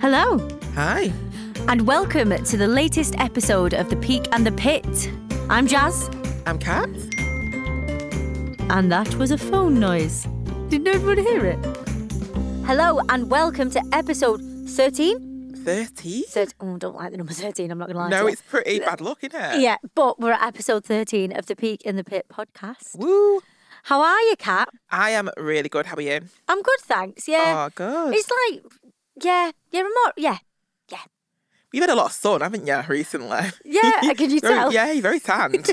Hello, Hi. and welcome to the latest episode of The Peak and the Pit. I'm Jazz, I'm Kat. and that was a phone noise. Did no one hear it? Hello, and welcome to episode 13. 30? Thirt- oh, I don't like the number 13, I'm not going to lie. No, to you. it's pretty bad luck, isn't it? Yeah, but we're at episode 13 of The Peak and the Pit podcast. Woo. How are you, Kat? I am really good. How are you? I'm good, thanks. Yeah. Oh, good. it's like, yeah, yeah, more, yeah. You've had a lot of sun, haven't you, recently? Yeah, can you Very- tell? Yeah, you're very tanned.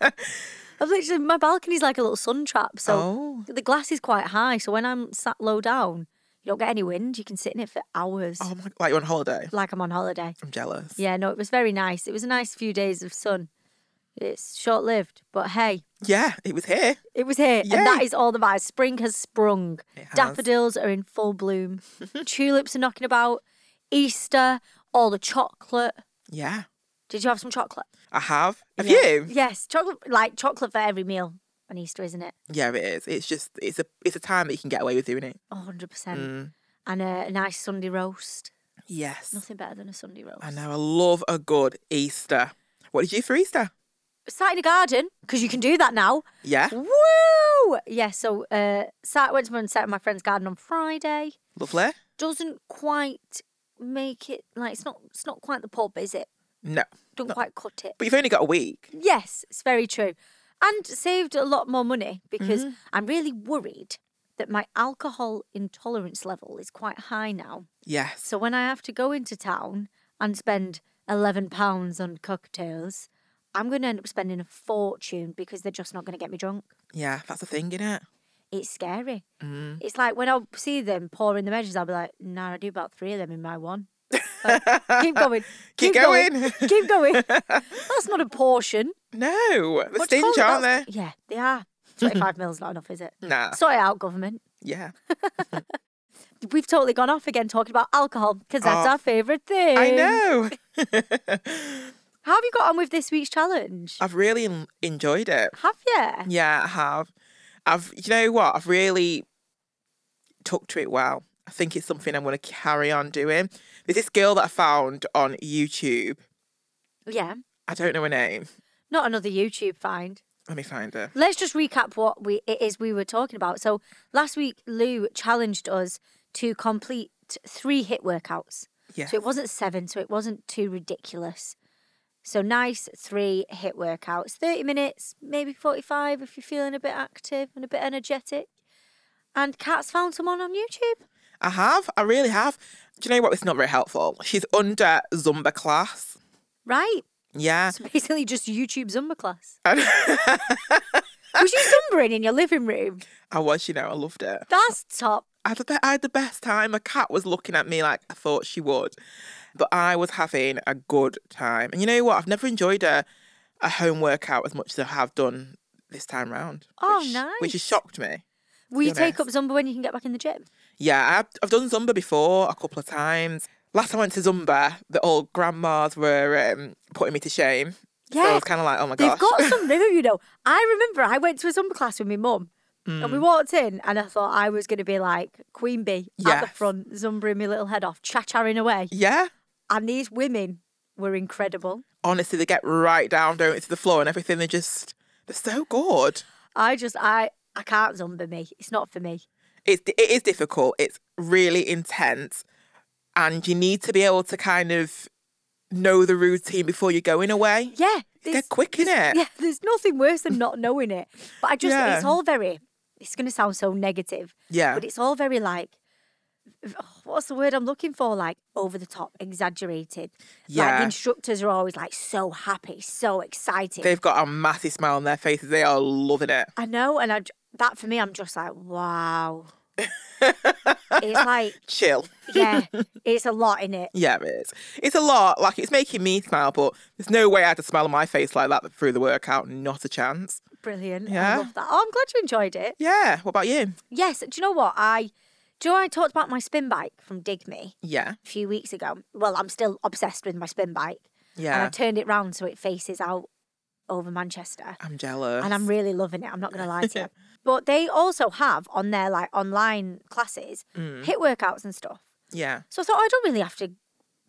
I've literally, my balcony's like a little sun trap, so. oh. the glass is quite high, so when I'm sat low down, you don't get any wind. You can sit in it for hours, Oh, my Like you're on holiday. like I'm on holiday. I'm jealous. Yeah, no, it was very nice. It was a nice few days of sun. It's short lived, but hey, Yeah, it was here. it was here, and that Yay. is all that matters. Spring has sprung. It has. Daffodils are in full bloom. Tulips are knocking about. Easter, all the chocolate. Yeah. Did you have some chocolate? I have. Have Yeah. you? Yes, chocolate, like chocolate for every meal on Easter, isn't it? Yeah, it is. It's just, it's a it's a time that you can get away with doing it. 100%. Mm. And a nice Sunday roast. Yes. Nothing better than a Sunday roast. I know. I love a good Easter. What did you do for Easter? sat in a garden because you can do that now. Yeah. Woo! Yeah, so uh, sat went to and sat in my friend's garden on Friday. Lovely. Doesn't quite make it like it's not it's not quite the pub, is it? No. Don't quite cut it. But you've only got a week. Yes, it's very true, and saved a lot more money because Mm-hmm. I'm really worried that my alcohol intolerance level is quite high now. Yes. So when I have to go into town and spend eleven pounds on cocktails, I'm going to end up spending a fortune because they're just not going to get me drunk. Yeah, that's the thing, isn't it? it's scary. Mm-hmm. It's like when I see them pouring the measures, I'll be like, nah, I do about three of them in my one. Like, keep going. Keep going. keep going. That's not a portion. No, they're What do you call stingy, it? aren't they? That's- Yeah, they are. 25 mil's not enough, is it? Nah. Sort it out, government. Yeah. We've totally gone off again talking about alcohol because that's Oh. our favourite thing. I know. How have you got on with this week's challenge? I've really en- enjoyed it. have you? Yeah, I have. I've, you know what? I've really took to it well. I think it's something I'm going to carry on doing. There's this girl that I found on YouTube. Yeah. I don't know her name. Not another YouTube find. Let me find her. Let's just recap what we it is we were talking about. So last week, Lou challenged us to complete three hit workouts. Yeah. So it wasn't seven, so it wasn't too ridiculous. So nice three hit workouts, thirty minutes, maybe forty-five if you're feeling a bit active and a bit energetic. And Kat's found someone on YouTube. I have. I really have. Do you know what? It's not very helpful. She's under Zumba class. Right. Yeah. It's basically just YouTube Zumba class. And- Was you Zumbering in your living room? I was, you know, I loved it. That's top. I had, the be- I had the best time. A cat was looking at me like I thought she would, but I was having a good time. And you know what? I've never enjoyed a, a home workout as much as I have done this time round. Oh, which, Which has nice. shocked me. Will you be take up Zumba when you can get back in the gym? Yeah, I've, I've done Zumba before a couple of times. Last time I went to Zumba, the old grandmas were um, putting me to shame. So I Yeah. was kind of like, oh my They've got gosh. some rhythm, you know. I remember I went to a Zumba class with my mum. And we Mm. walked in, and I thought I was going to be like Queen Bee at the Yes. front, zumbering my little head off, cha-charing away. yeah. And these women were incredible. Honestly, they get right down, don't they, to the floor and everything. They're just, they're so good. I just, I, I can't Zumba me. It's not for me. it's it is difficult. It's really intense, and you need to be able to kind of know the routine before you're going away. Yeah, They're there's- quick in it. yeah. There's nothing worse than not knowing it. But I just, Yeah. it's all very. It's going to sound so negative, Yeah, but it's all very like, oh, what's the word I'm looking for? Like over the top, exaggerated. Like the yeah. instructors are always like so happy, so excited. They've got a massive smile on their faces. They are loving it. I know, and I, j- that for me, I'm just like, wow. it's like, Chill. yeah, it's a lot in it. Yeah, it is. It's a lot. Like it's making me smile, but there's no way I had a smile on my face like that through the workout. Not a chance. Brilliant. I Yeah. love that. Oh, I'm glad you enjoyed it. Yeah. What about you? Yes. Do you know what I? Do you know I talked about my spin bike from Dig Me Yeah. a few weeks ago? Well, I'm still obsessed with my spin bike, and I Yeah. turned it round so it faces out over Manchester. I'm jealous. and I'm really loving it. I'm not going to lie to you. But they also have on their like online classes hit workouts and stuff. Yeah. So I thought, oh, I don't really have to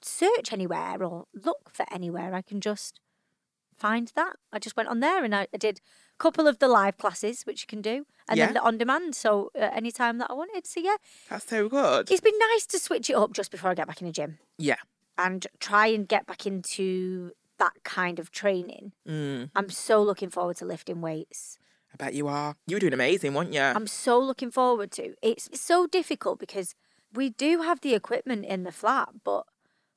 search anywhere or look for anywhere. I can just find that. I just went on there and I, I did a couple of the live classes, which you can do, and Yeah. then the on demand. So uh, anytime that I wanted. So yeah, That's so good. it's been nice to switch it up just before I get back in the gym Yeah. and try and get back into that kind of training. Mm, I'm so looking forward to lifting weights. I bet you are. You were doing amazing, weren't you? I'm so looking forward to. It's it's so difficult because we do have the equipment in the flat, but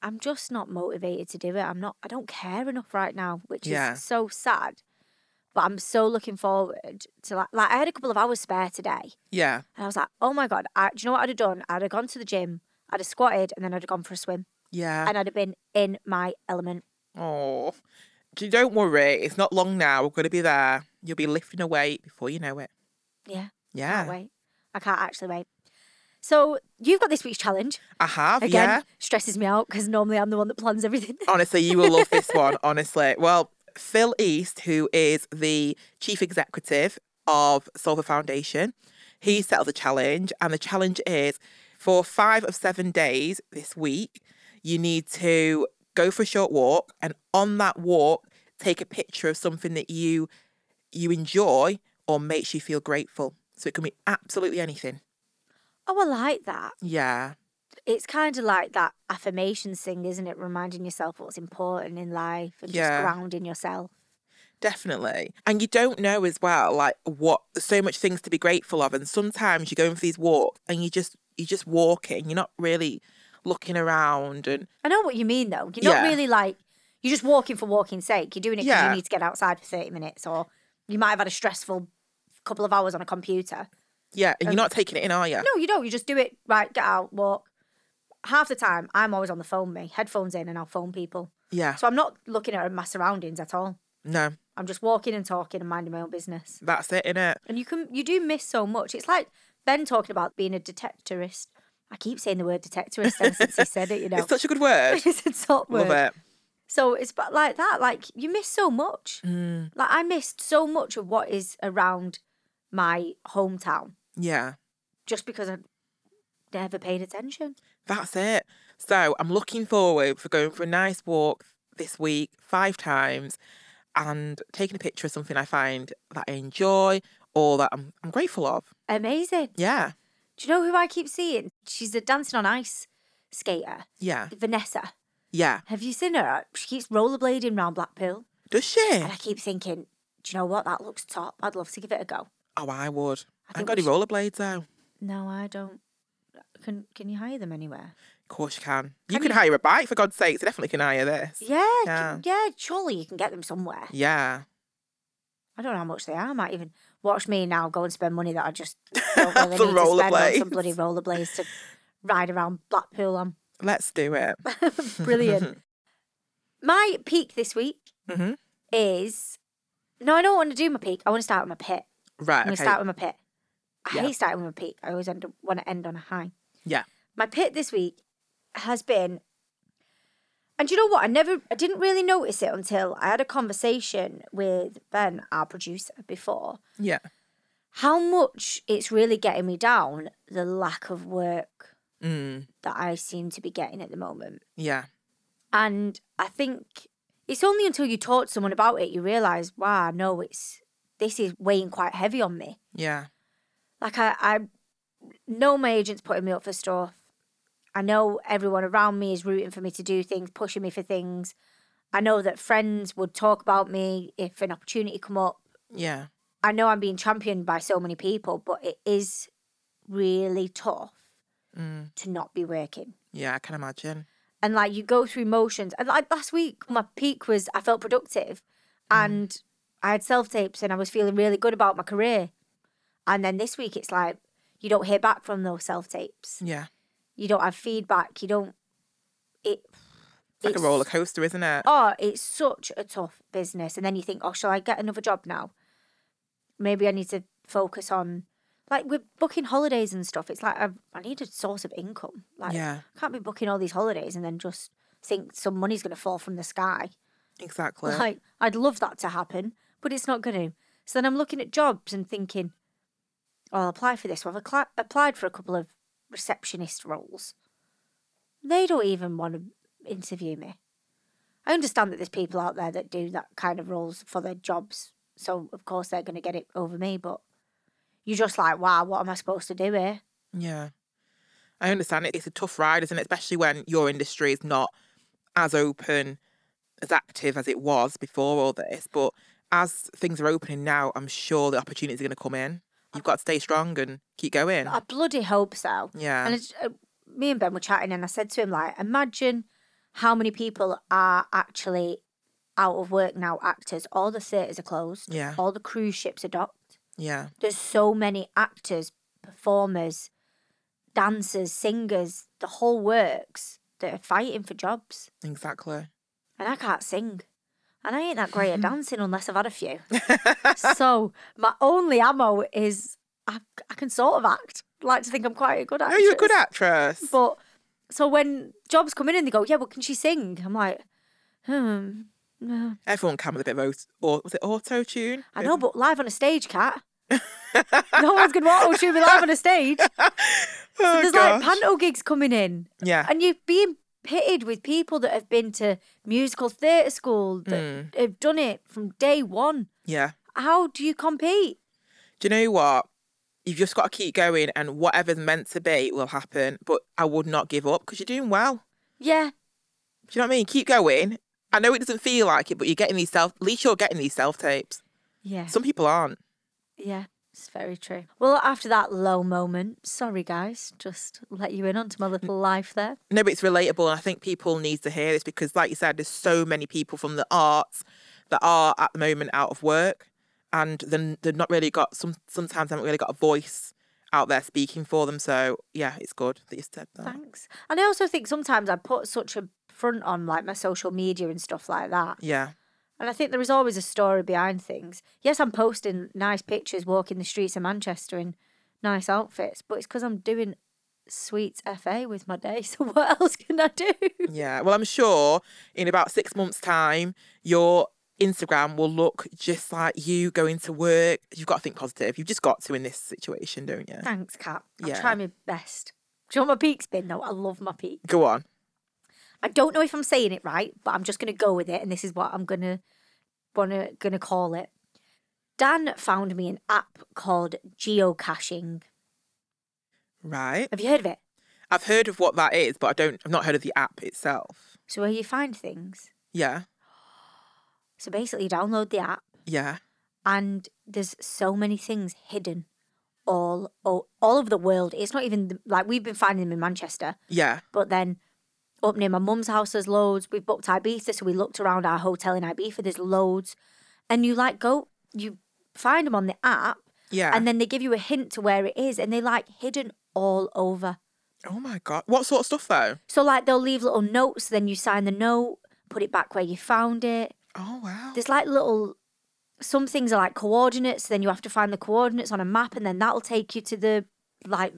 I'm just not motivated to do it. I'm not. I don't care enough right now, which Yeah. is so sad. But I'm so looking forward to like, like I had a couple of hours spare today, yeah. and I was like, oh my god! I, do you know what I'd have done? I'd have gone to the gym, I'd have squatted, and then I'd have gone for a swim, Yeah. and I'd have been in my element. Oh. J- Don't worry. It's not long now. We're going to be there. You'll be lifting a weight before you know it. Yeah, can't Yeah. Oh, wait. I can't actually wait. So you've got this week's challenge. I have. again Oh, Yeah. stresses me out because normally I'm the one that plans everything. Honestly, you will love this one. Honestly. Well, Phil East, who is the chief executive of Solver Foundation, he set up the challenge. And the challenge is for five of seven days this week, you need to go for a short walk. And on that walk, take a picture of something that you you enjoy or makes you feel grateful. So it can be absolutely anything. oh, I like that. Yeah. It's kind of like that affirmations thing, isn't it? Reminding yourself what's important in life and just Yeah. grounding yourself. Definitely. And you don't know as well, like what there's so much things to be grateful of. And sometimes you're going for these walks and you just you're just walking. You're not really looking around and I know what you mean, though. You're not Yeah. really like you're just walking for walking's sake. You're doing it because Yeah. you need to get outside for thirty minutes, or you might have had a stressful couple of hours on a computer. yeah, and you're not taking it in, are you? Um, No, you don't. You just do it. Right, get out, walk. Half the time, I'm always on the phone, me headphones in, and I'll phone people. Yeah. So I'm not looking at my surroundings at all. No. I'm just walking and talking and minding my own business. That's it, innit? And you can you do miss so much. It's like Ben talking about being a detectorist. I keep saying the word detectorist ever since he said it, you know. It's such a good word. It's a top word. Love it. So it's but like that, like you miss so much. Mm. Like I missed so much of what is around my hometown Yeah. just because I never paid attention. That's it. So I'm looking forward for going for a nice walk this week, five times, and taking a picture of something I find that I enjoy or that I'm, I'm grateful of. Amazing. Yeah. Do you know who I keep seeing? She's a dancing on ice skater, Yeah. Vanessa. Yeah. Have you seen her? She keeps rollerblading round Blackpool. Does she? And I keep thinking, do you know what? That looks top. I'd love to give it a go. Oh, I would. I ain't think got we any rollerblades though. Of No, I don't. Can can you hire them anywhere? course you can. You can hire a bike for God's sakes. You definitely can hire this. Yeah, Yeah. can- yeah. Surely you can get them somewhere. Yeah. I don't know how much they are. I might even watch me now go and spend money that I just don't really need For to spend on rollerblades. some bloody rollerblades to ride around Blackpool on. Let's do it. Brilliant. my peak this week hmm is no, I don't want to do my peak. I want to start with my pit. Right. I'm Okay. gonna start with my pit. I Yeah. hate starting with my peak. I always end up, want to end on a high. Yeah. My pit this week has been, and you know what? I never, I didn't really notice it until I had a conversation with Ben, our producer, before. Yeah. How much it's really getting me down the lack of work Mm. that I seem to be getting at the moment. Yeah. And I think it's only until you talk to someone about it you realize, wow, no, it's this is weighing quite heavy on me. Yeah. Like I, I know my agent's putting me up for stuff. I know everyone around me is rooting for me to do things, pushing me for things. I know that friends would talk about me if an opportunity come up. Yeah. I know I'm being championed by so many people, but it is really tough Mm. to not be working. Yeah. I can imagine. And like you go through motions. And like last week, my peak was I felt productive, Mm. and I had self tapes, and I was feeling really good about my career. And then this week, it's like you don't hear back from those self tapes. Yeah. you don't have feedback you don't it It's like a roller coaster, isn't it? oh it's such a tough business and then you think oh shall i get another job now maybe i need to focus on like we're booking holidays and stuff it's like i, I need a source of income like Yeah. I can't be booking all these holidays and then just think some money's going to fall from the sky Exactly. like i'd love that to happen but it's not going to so then i'm looking at jobs and thinking oh, i'll apply for this well, i've acla- applied for a couple of receptionist roles They don't even want to interview me. I understand that there's people out there that do that kind of roles for their jobs. So, of course, they're going to get it over me. But you're just like, wow, what am I supposed to do here? Yeah. I understand it. It's a tough ride, isn't it? Especially when your industry is not as open, as active as it was before all this. But as things are opening now, I'm sure the opportunities are going to come in. You've got to stay strong and keep going. I bloody hope so. Yeah. And it's, uh, me and Ben were chatting, and I said to him, like, imagine how many people are actually out of work now, actors. All the theatres are closed. Yeah. All the cruise ships are docked. Yeah. There's so many actors, performers, dancers, singers, the whole works that are fighting for jobs. Exactly. And I can't sing. And I ain't that great Mm-hmm. at dancing unless I've had a few. so my only ammo is I, I can sort of act. I like to think I'm quite a good actress. No, you're a good actress. But so when jobs come in and they go, yeah, well, can she sing? I'm like, hmm, no. Everyone can with a bit of auto, or was it auto tune? I know, but live on a stage, cat. no one's gonna want to me live on a stage. Oh, There's like gosh. panto gigs coming in, yeah. and you're being pitted with people that have been to musical theatre school that Mm. have done it from day one. Yeah. How do you compete? do you know what? You've just got to keep going, and whatever's meant to be will happen. But I would not give up because you're doing well. Yeah, Do you know what I mean? Keep going. I know it doesn't feel like it, but you're getting these self. At least you're getting these self tapes. yeah, Some people aren't. yeah. It's very true. Well, after that low moment, sorry guys, just let you in onto my little life there. No, but it's relatable, and I think people need to hear this because, like you said, there's so many people from the arts that are at the moment out of work, and then they've not really got some. Sometimes haven't really got a voice out there speaking for them. So yeah, it's good that you said that. Thanks. And I also think sometimes I put such a front on like my social media and stuff like that. Yeah, And I think there is always a story behind things. Yes, I'm posting nice pictures walking the streets of Manchester in nice outfits, but it's because I'm doing sweets FA with my day. So what else can I do? yeah. Well, I'm sure in about six months' time, your Instagram will look just like you going to work. You've got to think positive. You've just got to in this situation, don't you? Thanks, Kat. I'll Yeah. try my best. Do you want my peaks bin though? I love my peak. Go on. I don't know if I'm saying it right, but I'm just going to go with it, and this is what I'm gonna wanna gonna call it. Dan found me an app called geocaching. Right. Have you heard of it? I've heard of what that is, but I don't. I've not heard of the app itself. So where you find things. Yeah. So basically, you download the app, Yeah. and there's so many things hidden all all, all over the world. It's not even the- like we've been finding them in Manchester, Yeah. but then up near my mum's house there's loads. We've booked Ibiza, so we looked around our hotel in Ibiza. There's loads, and you like go you find them on the app. Yeah. and then they give you a hint to where it is and they like hidden all over oh my god. What sort of stuff though? so like they'll leave little notes then you sign the note put it back where you found it Oh wow. there's like little some things are like coordinates then you have to find the coordinates on a map and then that'll take you to the like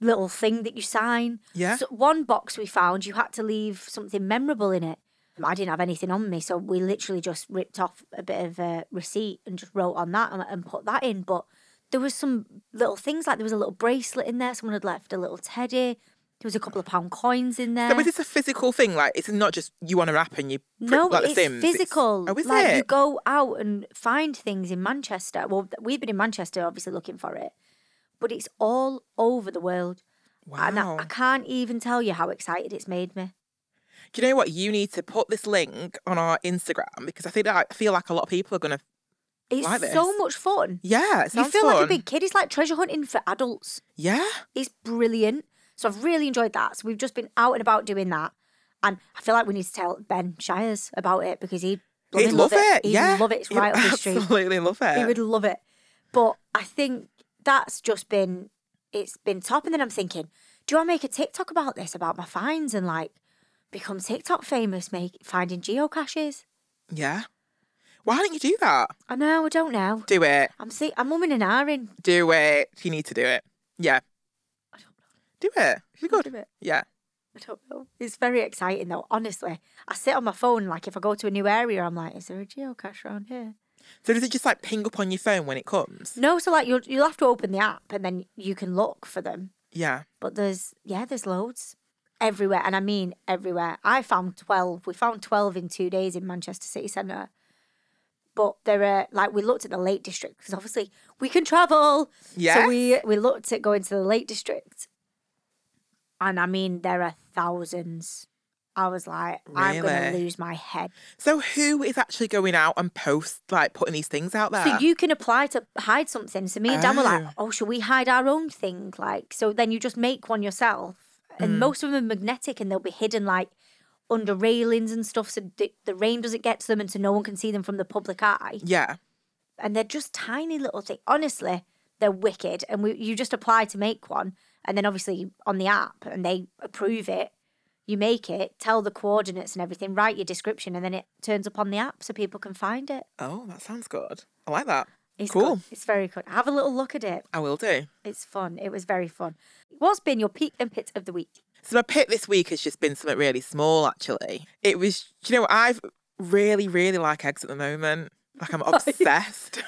little thing that you sign Yeah. so one box we found you had to leave something memorable in it i didn't have anything on me so we literally just ripped off a bit of a receipt and just wrote on that and, and put that in but there was some little things like there was a little bracelet in there someone had left a little teddy there was a couple of pound coins in there So is this a physical thing? Like it's not just you on a app and you. print no, like the it's Sims. physical. oh, is like it? you go out and find things in Manchester. Well, th- we've been in Manchester obviously looking for it, but it's all over the world. And I, Wow. I can't even tell you how excited it's made me. Do you know what? You need to put this link on our Instagram because I think that I feel like a lot of people are gonna. It's Like so this. much fun. Yeah. It You sounds feel like a fun. big kid. It's like treasure hunting for adults. Yeah. It's brilliant. So I've really enjoyed that. So we've just been out and about doing that. And I feel like we need to tell Ben Shires about it because he'd, bloody He'd love it. He'd yeah. love it. It's He'd right up his street. Absolutely love it. He would love it. But I think that's just been it's been top. And then I'm thinking, do I make a TikTok about this, about my finds and like become TikTok famous, make finding geocaches? Yeah. Why don't you do that? I know, I don't know. Do it. I'm see I'm umming and ahhing. Do it. You need to do it. Yeah. I don't know. Do it. You're Do good. it. Yeah. I don't know. It's very exciting though, honestly. I sit on my phone, like if I go to a new area, I'm like, is there a geocache around here? So does it just like ping up on your phone when it comes? No, so like you'll you'll have to open the app and then you can look for them. Yeah. But there's yeah, there's loads. everywhere, and I mean everywhere. I found 12. We found 12 in two days in Manchester City Centre. But there are, like, we looked at the Lake District because obviously we can travel. Yes. So we, we looked at going to the Lake District. And I mean, there are thousands. I was like, I'm going to Really? lose my head. So who is actually going out and post like putting these things out there? So you can apply to hide something. So me and Dan were like, Oh. oh, should we hide our own thing? Like, so then you just make one yourself. And Mm. most of them are magnetic and they'll be hidden like under railings and stuff so the, the rain doesn't get to them and so no one can see them from the public eye. yeah. And they're just tiny little things. Honestly, they're wicked. And we, you just apply to make one. And then obviously on the app and they approve it. You make it, tell the coordinates and everything, write your description, and then it turns up on the app so people can find it. Oh, that sounds good. I like that. It's cool. good. It's very good. Have a little look at it. I will do. It's fun. It was very fun. What's been your peak and pit of the week? So my pick this week has just been something really small, actually. It was, do you know, I've really, really like eggs at the moment. Like I'm obsessed.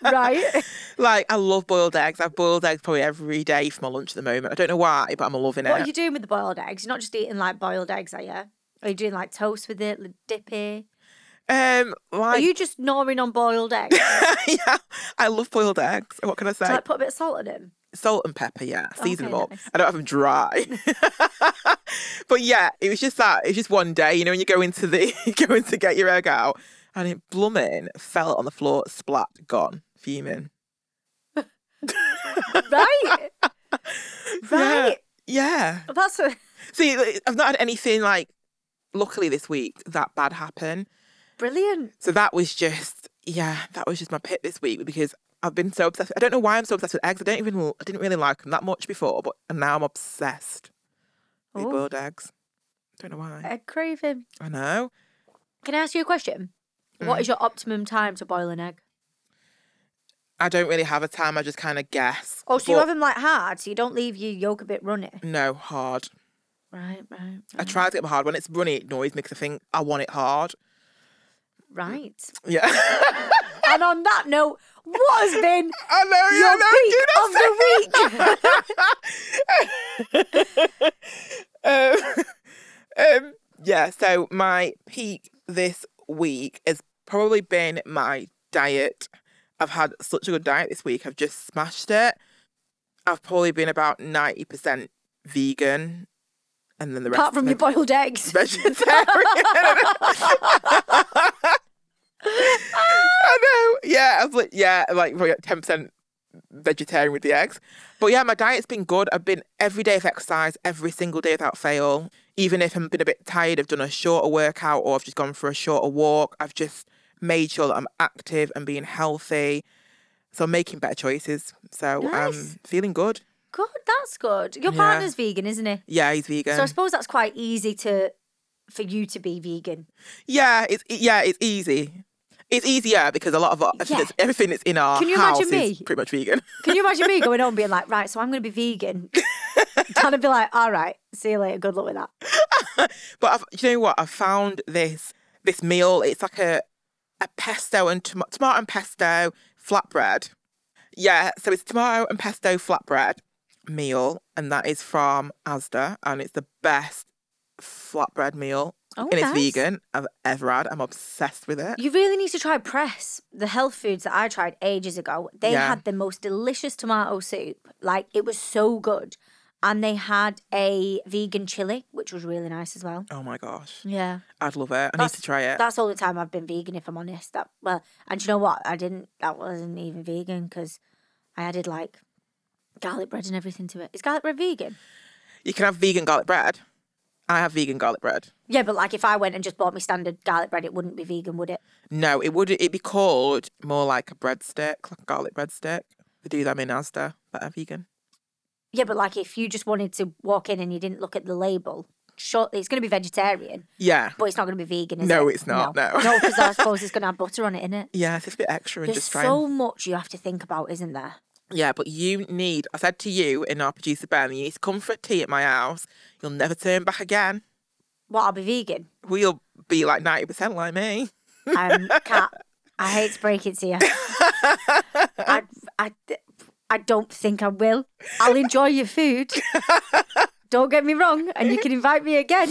Right. like I love boiled eggs. I've boiled eggs probably every day for my lunch at the moment. I don't know why, but I'm loving what are it. you doing with the boiled eggs? You're not just eating like boiled eggs, are you? Are you doing like toast with it, like, dippy? um, Are like you just gnawing on boiled eggs? yeah, I love boiled eggs. What can I say? to like put a bit of salt in them? salt and pepper, yeah. Season Okay, them up. nice. I don't have them dry. but yeah, it was just that. It was just one day, you know, when you go into the you go in to get your egg out, and it blooming fell on the floor, splat, gone, fuming. Right. Yeah. right. Yeah. That's a, See, like, I've not had anything like, luckily this week that bad happen. brilliant. So that was just, yeah, that was just my pit this week because I've been so obsessed. I don't know why I'm so obsessed with eggs. I don't even, I didn't really like them that much before, but and now I'm obsessed with Oh. boiled eggs. Don't know why. Egg uh, craving. I know. Can I ask you a question? What is your optimum time to boil an egg? I don't really have a time. I just kind of guess. Oh, so you But have them like hard, so you don't leave your yolk a bit runny. Uh, No, hard. Right, right, I right. try to get them hard. When it's runny, it annoys me because I think I want it hard. right. Yeah. and on that note, what has been I know. your yeah, peak of the week. I know. Do not um, um, yeah. So my peak this week has probably been my diet. I've had such a good diet this week. I've just smashed it. I've probably been about ninety percent vegan, and then the rest. Apart from your maybe- boiled eggs. vegetarian. I know. Yeah, I've like yeah, I'm like ten percent vegetarian with the eggs. But yeah, my diet's been good. I've been every day of exercise, every single day without fail. Even if I'm been a bit tired, I've done a shorter workout or I've just gone for a shorter walk. I've just made sure that I'm active and being healthy. So I'm making better choices. So Nice. I'm feeling good. Good, that's good. Your Yeah. partner's vegan, isn't he? Yeah, he's vegan. So I suppose that's quite easy to for you to be vegan. Yeah, it's e- yeah, it's easy. It's easier because a lot of our, I think Yeah. it's- everything that's in our Can you house imagine is me? pretty much vegan. Can you imagine me going on and being like, right, so I'm going to be vegan? Dan would be like, all right, see you later. Good luck with that. But I've, do you know what? I found this this meal. It's like a a pesto and tom- tomato and pesto flatbread. Yeah, so it's tomato and pesto flatbread meal, and that is from Asda, and it's the best flatbread meal, Oh, and it's nice. vegan I've ever had. I'm obsessed with it. You really need to try press. The health foods that I tried ages ago, they Yeah. had the most delicious tomato soup. Like it was so good. And they had a vegan chili, which was really nice as well. Oh my gosh, Yeah. I'd love it. I need That's- to try it. That's all the time I've been vegan, if I'm honest. That well, and do you know what? I didn't. That wasn't even vegan because I added like garlic bread and everything to it. Is garlic bread vegan? You can have vegan garlic bread. I have vegan garlic bread. Yeah, but like if I went and just bought me standard garlic bread, it wouldn't be vegan, would it? No, it would it'd be called more like a breadstick, like a garlic breadstick. They do them in Asda, but are vegan. Yeah, but like if you just wanted to walk in and you didn't look at the label, sure, it's going to be vegetarian, Yeah. but it's not going to be vegan. Is No, it? it's not, no. no, because I suppose it's going to have butter on it, isn't it? Yeah, it's just a bit extra and There's just try so much you have to think about, isn't there? and, Yeah, but you need I said to you in our producer Ben, you need to come for a tea at my house. You'll never turn back again. What? I'll be vegan. We'll be like ninety percent like me. um, Kat, I hate to break it to you. I, I, I don't think I will. I'll enjoy your food, Don't get me wrong, and you can invite me again,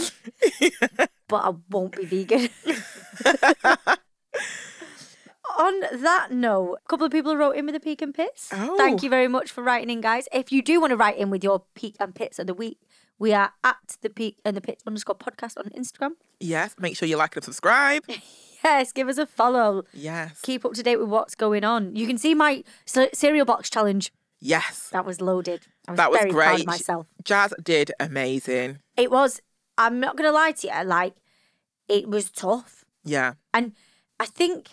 but I won't be vegan. On that note, a couple of people wrote in with a peak and pits. Thank Oh. you very much for writing in, guys. If you do want to write in with your peak and pits of the week, we are at the peak and the pits underscore podcast on Instagram. Yes, make sure you like and subscribe. Yes, give us a follow. Yes. Keep up to date with what's going on. You can see my ce- cereal box challenge. Yes. That was loaded. I was That was very proud great. of myself. Jazz did amazing. It was, I'm not going to lie to you, like, it was tough. Yeah. And I think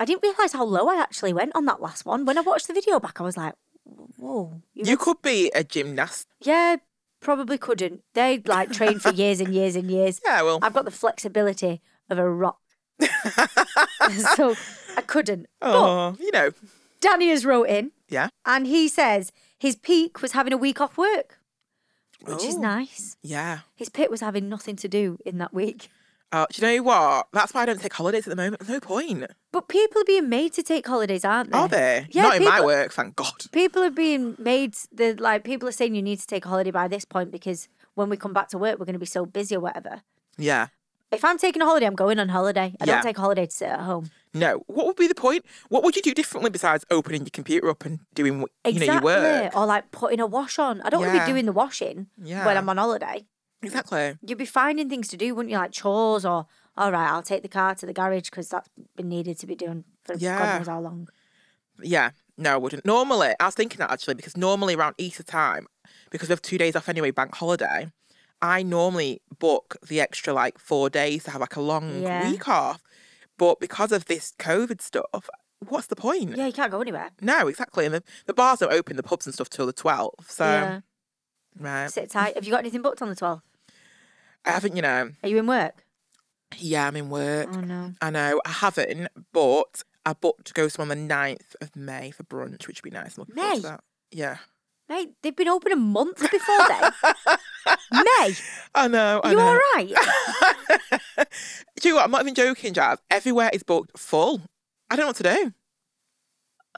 I didn't realise how low I actually went on that last one. When I watched the video back, I was like, whoa. You You could be a gymnast. yeah, probably couldn't. They like train for years and years and years. Yeah, well. I've got the flexibility of a rock. so I couldn't. Oh, you know. Danny has wrote in Yeah. and he says his peak was having a week off work, which is Oh. nice. Yeah. His pit was having nothing to do in that week. Uh, do you know what? That's why I don't take holidays at the moment. No point. But people are being made to take holidays, aren't they? Are they? Yeah, Not in my people- work, thank God. people are being made the like people are saying you need to take a holiday by this point because when we come back to work we're going to be so busy or whatever Yeah. if i'm taking a holiday i'm going on holiday i Yeah. don't take a holiday to sit at home No. What would be the point? What would you do differently besides opening your computer up and doing what exactly you know your work? or like putting a wash on i don't want Yeah. to be doing the washing Yeah. when i'm on holiday Exactly. you'd be finding things to do wouldn't you like chores or all right i'll take the car to the garage because that's been needed to be done for god Yeah. knows how long Yeah. No, I wouldn't. Normally, I was thinking that actually because normally around Easter time, because we have two days off anyway, bank holiday, I normally book the extra like four days to have like a long Yeah. week off. But because of this COVID stuff, what's the point? yeah you can't go anywhere No, exactly. And the, the bars don't open, the pubs and stuff till the 12th. So, um, yeah right. sit tight have you got anything booked on the 12th I haven't, you know, are you in work yeah, I'm in work. oh no I know, I haven't, but I booked to go to on the 9th of May for brunch, which would be nice. I'm looking forward to May? that. Yeah. mate they've been open a month before then may I know. I You know. all right? Do you know what? I'm not even joking, Jazz. Everywhere is booked full. I don't know what to do.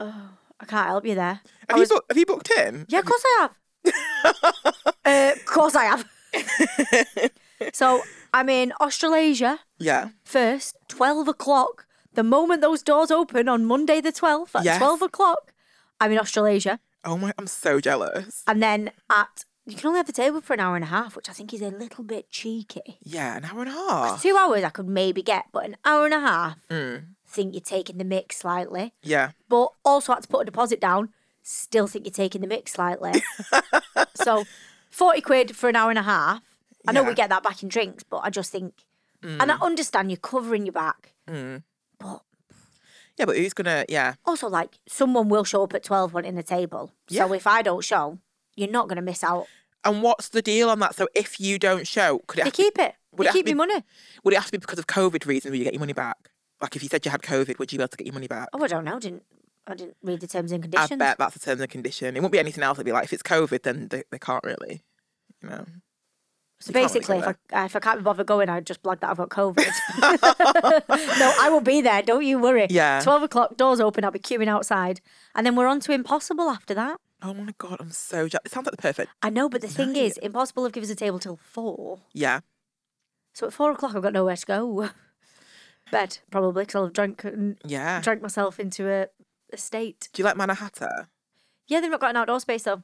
oh, I can't help you there. I Have, was- you, booked, have you booked in? Yeah, of course I have. uh, of course I have. so I'm in Australasia Yeah. first, 12 o'clock. The moment those doors open on Monday the 12th at Yes. 12 o'clock, I'm in Australasia. Oh my, I'm so jealous. And then at, you can only have the table for an hour and a half, which I think is a little bit cheeky. Yeah, an hour and a half. Two hours I could maybe get, but an hour and a half, Mm. think you're taking the mix slightly. Yeah. but also had to put a deposit down. Still think you're taking the mix slightly. so, 40 quid for an hour and a half. I know we Yeah. Hmm. get that back in drinks, but I just think, and I understand you're covering your back, but Yeah, but who's going to, yeah. also, like, someone will show up at 12 wanting a table. Yeah. So, if I don't show, you're not going to miss out. And what's the deal on that? So if you don't show, could it They have to, keep it. would They it have keep to your be- money. would it have to be because of COVID reasons where you get your money back? Like if you said you had COVID, would you be able to get your money back? Oh, I don't know. Didn't I didn't read the terms and I conditions. bet that's the terms and condition. It won't be anything else. It'd be like if it's COVID, then they, they can't really, you know. So You can't really basically, go if I, if I can't be bothered going, I'd just blog that I've got COVID. no, I will be there. Don't you worry. Yeah. 12 o'clock, doors open. I'll be queuing outside. And then we're on to Impossible after that. Oh my god, I'm so jealous. It sounds like the perfect. I know, but the thing is, Impossible have given us a table till four. Yeah, So at four o'clock, I've got nowhere to go. Bed, probably, because I'll have drunk, yeah. drank myself into a, a state. Do you like Manor Hatter? Yeah, they've not got an outdoor space, though.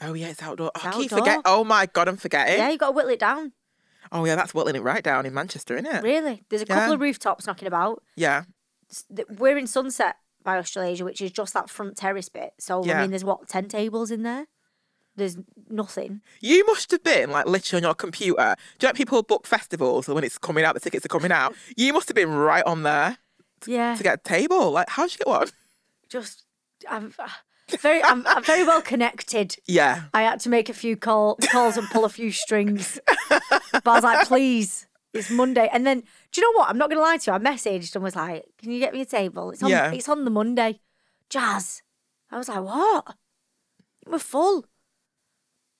Oh yeah, it's outdoor. Oh, I It's keep outdoor. forget. Oh my god, I'm forgetting. Yeah, you've got to whittle it down, Oh yeah, that's whittling it right down in Manchester, isn't it? really. There's a couple Yeah. of rooftops knocking about. Yeah, s- th- we're in Sunset by Australasia, which is just that front terrace bit. So I Yeah. mean, there's what ten tables in there. There's nothing. you must have been like literally on your computer. Do you know like, people book festivals and when it's coming out, the tickets are coming out. You must have been right on there Yeah, to get a table. Like, how'd you get one? just I'm uh, very I'm, I'm very well connected. Yeah, I had to make a few call, calls and pull a few strings. But I was like, please, it's Monday. And then, do you know what? I'm not going to lie to you. I messaged and was like, can you get me a table? It's on, Yeah. it's on the Monday. Jazz. I was like, what? We're full.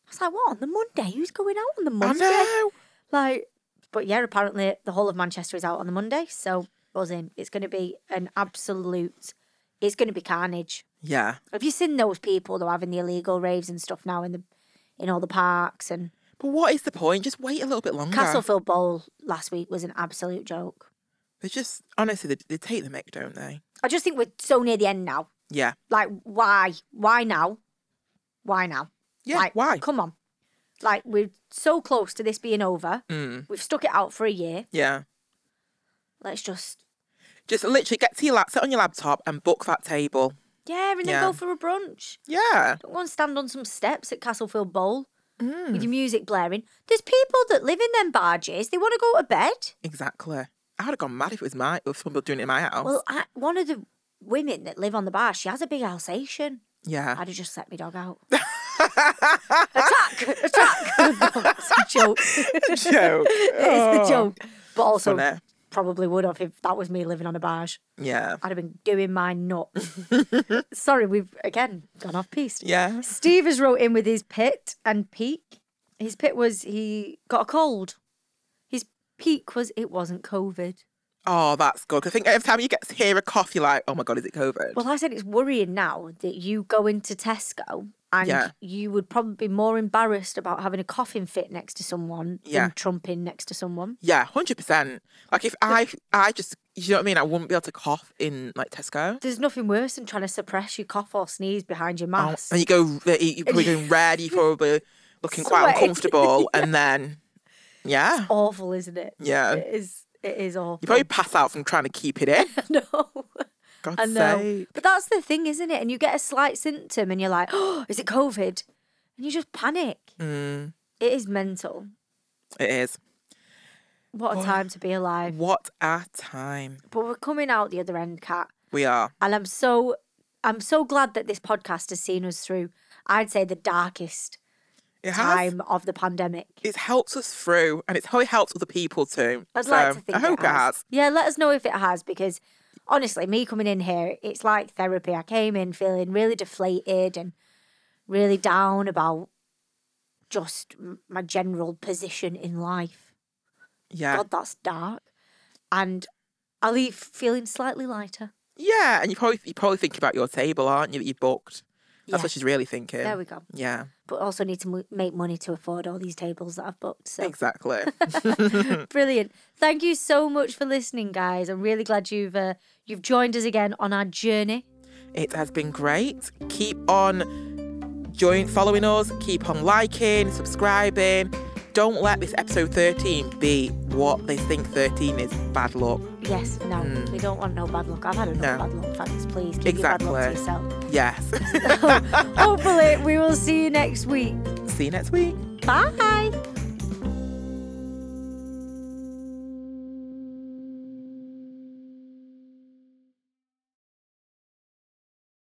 I was like, what? On the Monday? Who's going out on the I Monday? know. Like, but yeah, apparently the whole of Manchester is out on the Monday, so buzzing. It's going to be an absolute. It's going to be carnage. Yeah, Have you seen those people though having the illegal raves and stuff now in the, in all the parks and But what is the point? Just wait a little bit longer. Castlefield Bowl last week was an absolute joke. They just honestly they, they take the mick, don't they? I just think we're so near the end now. Yeah. Like, why? Why now? Why now? Yeah. Like, why? Come on. Like, we're so close to this being over. Mm, We've stuck it out for a year. yeah. Let's just, Just literally get to your lap, sit on your laptop, and book that table. yeah, and then Yeah. go for a brunch. Yeah. Don't go and stand on some steps at Castlefield Bowl Mm. with your music blaring. There's people that live in them barges. They want to go to bed. Exactly. I'd have gone mad if it was my if somebody was doing it in my house. Well, I, one of the women that live on the bar, she has a big Alsatian. yeah. I'd have just let my dog out. attack! Attack! it's a joke. joke. It's Oh. a joke. But also, Funny. probably would have if that was me living on a barge. Yeah. I'd have been doing my nut. Sorry, we've again gone off piece. Yeah. Steve has wrote in with his pit and peak. His pit was he got a cold. His peak was it wasn't COVID. Oh, that's good. 'Cause I think every time you get to hear a cough, you're like, oh my God, is it COVID? Well, I said it's worrying now that you go into Tesco and Yeah. you would probably be more embarrassed about having a coughing fit next to someone Yeah. than trumping next to someone. yeah, 100%. Like if I, I just, you know what I mean? I wouldn't be able to cough in like Tesco. There's nothing worse than trying to suppress your cough or sneeze behind your Oh, mask. and you go, you're probably going red, you're probably looking quite Sweating. uncomfortable. And then, yeah, awful, isn't it? yeah. It is. It is awful. You probably pass out from trying to keep it in. no. God's I know. sake. But that's the thing, isn't it? And you get a slight symptom and you're like, oh, is it COVID? And you just panic. Mm, It is mental. it is. What a Boy. time to be alive. What a time. But we're coming out the other end, Kat. We are. And I'm so I'm so glad that this podcast has seen us through, I'd say, the darkest It has. time of the pandemic. It helps us through and it's how it helps other people too. I'd so like to think um, I hope it has. Yeah, let us know if it has because honestly, me coming in here, it's like therapy. I came in feeling really deflated and really down about just m- my general position in life. Yeah. God, that's dark. And I leave feeling slightly lighter. Yeah. And you probably you probably think about your table, aren't you, that you booked? That's Yeah. what she's really thinking. There we go. yeah. But also need to mo- make money to afford all these tables that I've booked. So Exactly. Brilliant. Thank you so much for listening, guys. I'm really glad you've uh, you've joined us again on our journey. it has been great. Keep on join following us, keep on liking, subscribing. Don't let this episode 13 be what they think 13 is bad luck. Yes, no, we don't want no bad luck. I've had enough No. bad luck, thanks. Please keep your bad luck to yourself. Yes. Hopefully, we will see you next week. See you next week. Bye.